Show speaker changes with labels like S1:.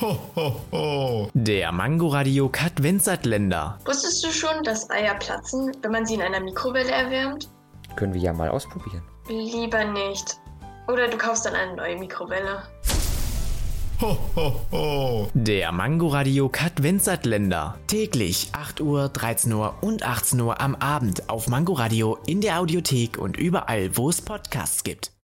S1: Ho, ho, ho. Der Mangoradioc hat Winzertländer.
S2: Wusstest du schon, dass Eier platzen, wenn man sie in einer Mikrowelle erwärmt?
S3: Können wir ja mal ausprobieren.
S2: Lieber nicht. Oder du kaufst dann eine neue Mikrowelle.
S1: Ho, ho, ho. Der Mangoradioc hat Winzertländer.
S4: Täglich 8 Uhr, 13 Uhr und 18 Uhr am Abend auf Mangoradio in der Audiothek und überall, wo es Podcasts gibt.